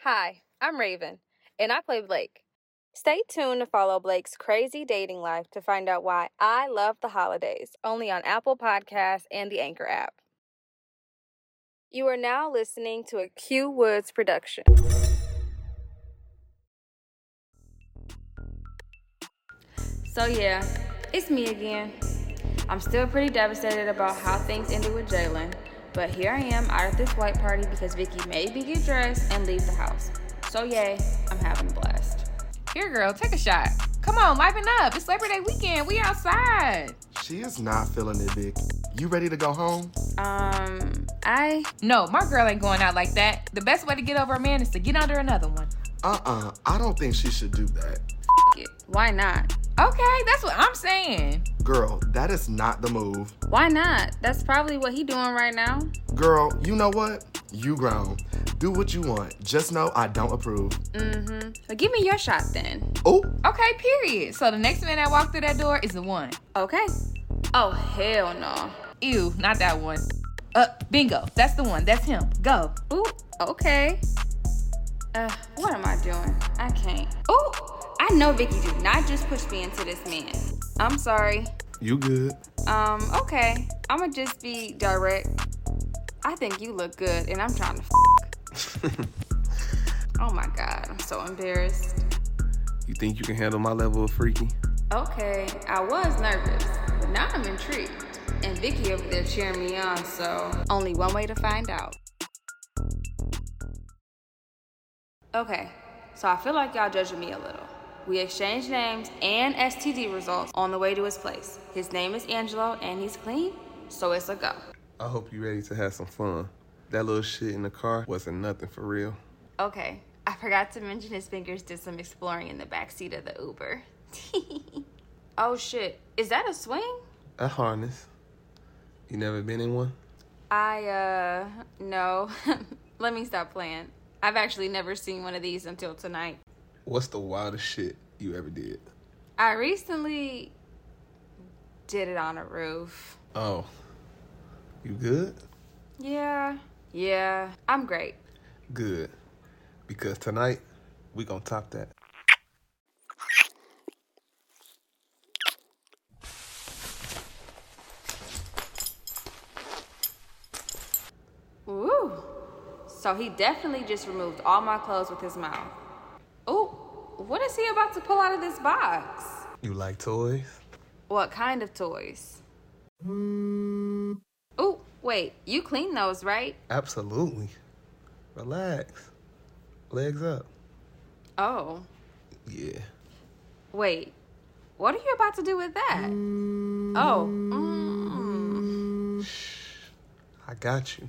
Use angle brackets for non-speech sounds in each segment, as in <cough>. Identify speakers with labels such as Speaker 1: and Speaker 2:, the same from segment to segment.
Speaker 1: Hi, I'm Raven, and I play Blake. Stay tuned to follow Blake's crazy dating life to find out why I love the holidays, only on Apple Podcasts and the Anchor app. You are now listening to a Q Woods production. So, yeah, it's me again. I'm still pretty devastated about how things ended with Jalen, but here I am out at this white party because Vicky made me get dressed and leave the house. So, yay, I'm having a blast.
Speaker 2: Here, girl, take a shot. Come on, liven up. It's Labor Day weekend. We outside.
Speaker 3: She is not feeling it, Vic. You ready to go home?
Speaker 1: Um, I
Speaker 2: No, my girl ain't going out like that. The best way to get over a man is to get under another one.
Speaker 3: Uh-uh. I don't think she should do that.
Speaker 1: f- it. Why not?
Speaker 2: Okay, that's what I'm saying.
Speaker 3: Girl, that is not the move.
Speaker 1: Why not? That's probably what he doing right now.
Speaker 3: Girl, you know what? You grown. Do what you want. Just know I don't approve.
Speaker 1: Mm-hmm. But give me your shot then.
Speaker 3: Oh,
Speaker 2: Okay, period. So the next man that walked through that door is the one.
Speaker 1: Okay. Oh hell no.
Speaker 2: Ew, not that one. Uh, bingo. That's the one. That's him. Go.
Speaker 1: Ooh. Okay. Uh, what am I doing? I can't. Ooh. I know Vicky did not just push me into this man. I'm sorry.
Speaker 3: you good.
Speaker 1: Um. Okay. I'ma just be direct. I think you look good, and I'm trying to. F- <laughs>
Speaker 3: <laughs>
Speaker 1: oh my god. I'm so embarrassed.
Speaker 4: You think you can handle my level of freaky?
Speaker 1: Okay, I was nervous, but now I'm intrigued. And Vicky over there cheering me on, so only one way to find out. Okay, so I feel like y'all judging me a little. We exchanged names and STD results on the way to his place. His name is Angelo, and he's clean, so it's a go.
Speaker 4: I hope you ready to have some fun. That little shit in the car wasn't nothing for real.
Speaker 1: Okay, I forgot to mention his fingers did some exploring in the backseat of the Uber. <laughs> oh shit, is that a swing?
Speaker 4: A harness. You never been in one?
Speaker 1: I uh no. <laughs> Let me stop playing. I've actually never seen one of these until tonight.
Speaker 4: What's the wildest shit you ever did?
Speaker 1: I recently did it on a roof.
Speaker 4: Oh. You good?
Speaker 1: Yeah. Yeah. I'm great.
Speaker 4: Good. Because tonight, we gonna top that.
Speaker 1: Ooh. So he definitely just removed all my clothes with his mouth. Ooh, what is he about to pull out of this box?
Speaker 4: You like toys?
Speaker 1: What kind of toys? Ooh, wait, you clean those, right?
Speaker 4: Absolutely. Relax. Legs up.
Speaker 1: Oh.
Speaker 4: Yeah.
Speaker 1: Wait, what are you about to do with that? Oh, mm.
Speaker 4: I got you.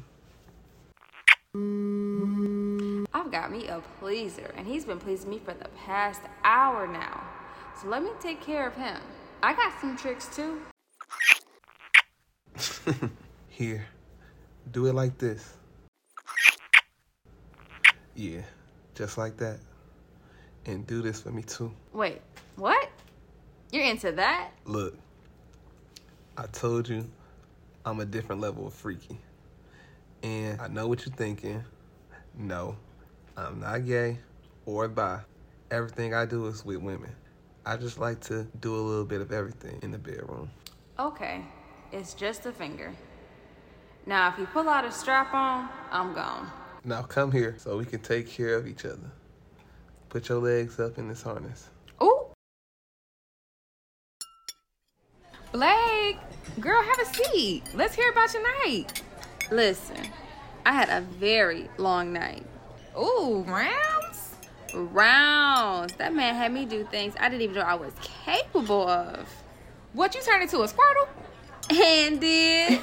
Speaker 1: I've got me a pleaser, and he's been pleasing me for the past hour now. So let me take care of him. I got some tricks too.
Speaker 4: Here, do it like this. Yeah, just like that. And do this for me too.
Speaker 1: Wait, what? You're into that?
Speaker 4: Look, I told you I'm a different level of freaky. And I know what you're thinking. No, I'm not gay or bi. Everything I do is with women. I just like to do a little bit of everything in the bedroom.
Speaker 1: Okay, it's just a finger. Now, if you pull out a strap on, I'm gone.
Speaker 4: Now come here so we can take care of each other. Put your legs up in this harness.
Speaker 2: Ooh. Blake, girl, have a seat. Let's hear about your night.
Speaker 1: Listen, I had a very long night.
Speaker 2: Ooh, rounds?
Speaker 1: Rounds. That man had me do things I didn't even know I was capable of.
Speaker 2: What, you turned into a squirtle?
Speaker 1: <laughs> And did.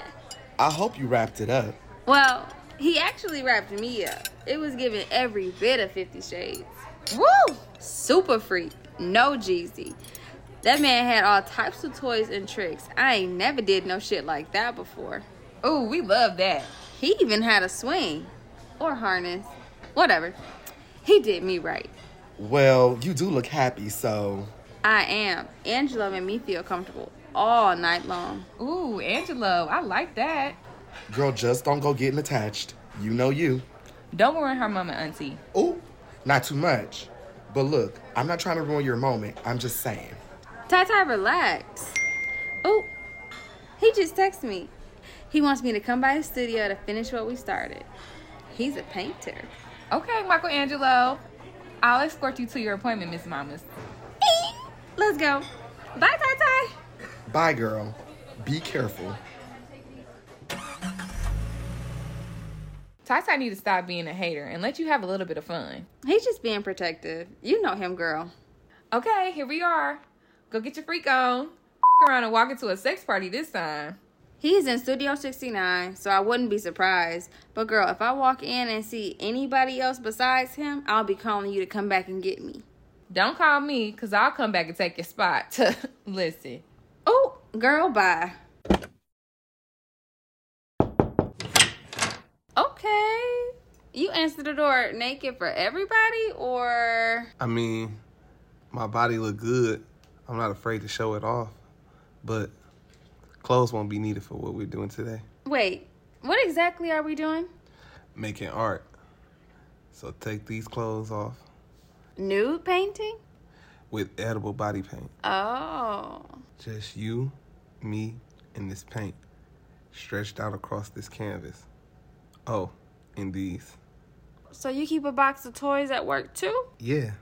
Speaker 2: <laughs>
Speaker 3: I hope you wrapped it up.
Speaker 1: well, he actually wrapped me up. It was giving every bit of 50 Shades.
Speaker 2: Woo!
Speaker 1: Super freak. No Jeezy. That man had all types of toys and tricks. I ain't never did no shit like that before.
Speaker 2: Ooh, we love that.
Speaker 1: He even had a swing or harness. Whatever. He did me right.
Speaker 3: Well, you do look happy, so
Speaker 1: I am. Angelo made me feel comfortable all night long.
Speaker 2: Ooh, Angelo, I like that.
Speaker 3: girl, just don't go getting attached. You know you.
Speaker 2: Don't ruin her moment, Auntie.
Speaker 3: Ooh, not too much. But look, I'm not trying to ruin your moment. I'm just saying.
Speaker 1: Ty Ty, relax. Oh, he just texted me. He wants me to come by his studio to finish what we started. He's a painter.
Speaker 2: Okay, Michelangelo. I'll escort you to your appointment, Miss Mamas.
Speaker 1: Let's go. Bye, Ty Ty.
Speaker 3: Bye, girl. Be careful.
Speaker 2: Ty Ty need to stop being a hater and let you have a little bit of fun.
Speaker 1: He's just being protective. You know him, girl.
Speaker 2: Okay, here we are. Go get your freak on. around and walk into a sex party this time.
Speaker 1: He's in Studio 69, so I wouldn't be surprised. But, girl, if I walk in and see anybody else besides him, I'll be calling you to come back and get me.
Speaker 2: Don't call me, cause I'll come back and take your spot. <laughs> Listen.
Speaker 1: Oh, girl, bye. Okay. You answered the door naked for everybody, or.
Speaker 4: I mean, my body look good. I'm not afraid to show it off, but clothes won't be needed for what we're doing today.
Speaker 1: Wait, what exactly are we doing?
Speaker 4: Making art. So take these clothes off
Speaker 1: Nude painting?
Speaker 4: with edible body paint.
Speaker 1: Oh.
Speaker 4: Just you, me, and this paint stretched out across this canvas. Oh, and these.
Speaker 1: So you keep a box of toys at work too?
Speaker 4: Yeah.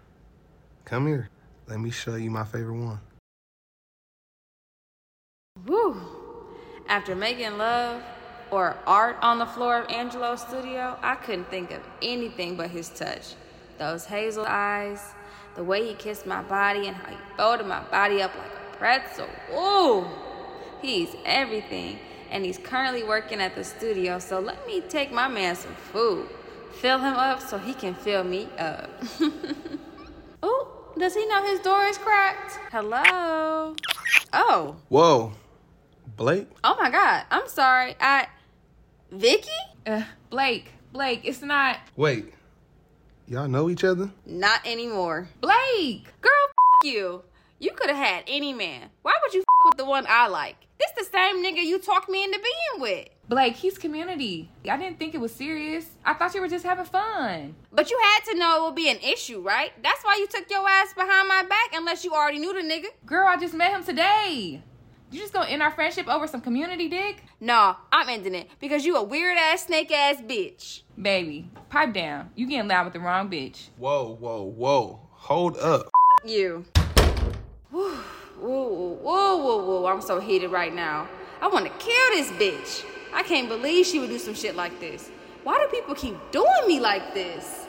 Speaker 4: Come here. Let me show you my favorite one.
Speaker 1: Whew. After making love or art on the floor of Angelo's studio, I couldn't think of anything but his touch. Those hazel eyes, the way he kissed my body, and how he folded my body up like a pretzel. Ooh! He's everything, and he's currently working at the studio, so let me take my man some food. Fill him up so he can fill me up. <laughs> Ooh, does he know his door is cracked? Hello? Oh.
Speaker 4: Whoa, Blake.
Speaker 1: Oh my god, I'm sorry. I Vicky?
Speaker 2: Uh, Blake, Blake, it's not
Speaker 4: Wait, y'all know each other?
Speaker 1: Not anymore.
Speaker 2: Blake.
Speaker 1: Girl, f- you. You could have had any man. Why would you f- with the one I like? This the same nigga you talked me into being with.
Speaker 2: Blake, he's community. I didn't think it was serious. I thought you were just having fun.
Speaker 1: But you had to know it would be an issue, right? That's why you took your ass behind my back unless you already knew the nigga.
Speaker 2: Girl, I just met him today. You just gonna end our friendship over some community dick?
Speaker 1: Nah, I'm ending it because you a weird ass snake ass bitch.
Speaker 2: Baby, pipe down. You getting loud with the wrong bitch.
Speaker 4: Whoa, whoa, whoa. Hold up.
Speaker 1: You. Woo, woo, woo, woo, woo. I'm so heated right now. I want to kill this bitch. I can't believe she would do some shit like this. Why do people keep doing me like this?